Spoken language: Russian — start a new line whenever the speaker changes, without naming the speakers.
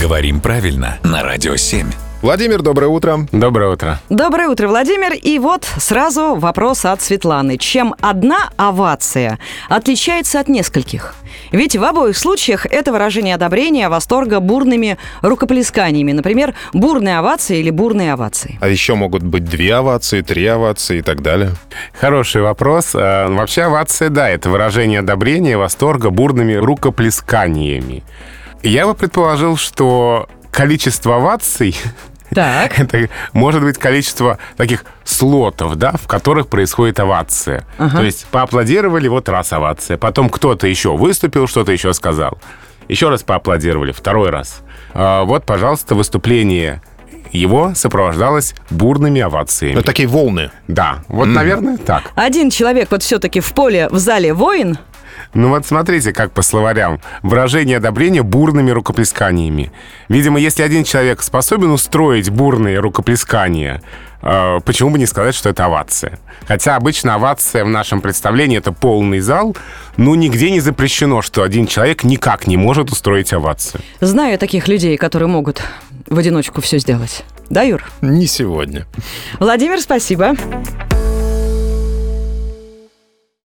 Говорим правильно на Радио 7.
Владимир, доброе утро.
Доброе утро.
Доброе утро, Владимир. И вот сразу вопрос от Светланы. Чем одна овация отличается от нескольких? Ведь в обоих случаях это выражение одобрения, восторга бурными рукоплесканиями. Например, бурные овации или бурные овации.
А еще могут быть две овации, три овации и так далее.
Хороший вопрос. Э, Вообще овация, да, это выражение одобрения, восторга бурными рукоплесканиями. Я бы предположил, что количество оваций
Так.
это может быть количество таких слотов, да, в которых происходит овация. То есть поаплодировали, вот раз овация. Потом кто-то еще выступил, что-то еще сказал. Еще раз поаплодировали, второй раз. А, вот, пожалуйста, выступление его сопровождалось бурными овациями.
Ну, такие волны.
Да, вот, наверное, так.
Один человек вот все-таки в поле, в зале воин.
Ну вот смотрите, как по словарям. Выражение одобрения бурными рукоплесканиями. Видимо, если один человек способен устроить бурные рукоплескания, э, почему бы не сказать, что это овация? Хотя обычно овация в нашем представлении это полный зал, но нигде не запрещено, что один человек никак не может устроить овацию.
Знаю я таких людей, которые могут в одиночку все сделать. Да, Юр?
Не сегодня.
Владимир, спасибо.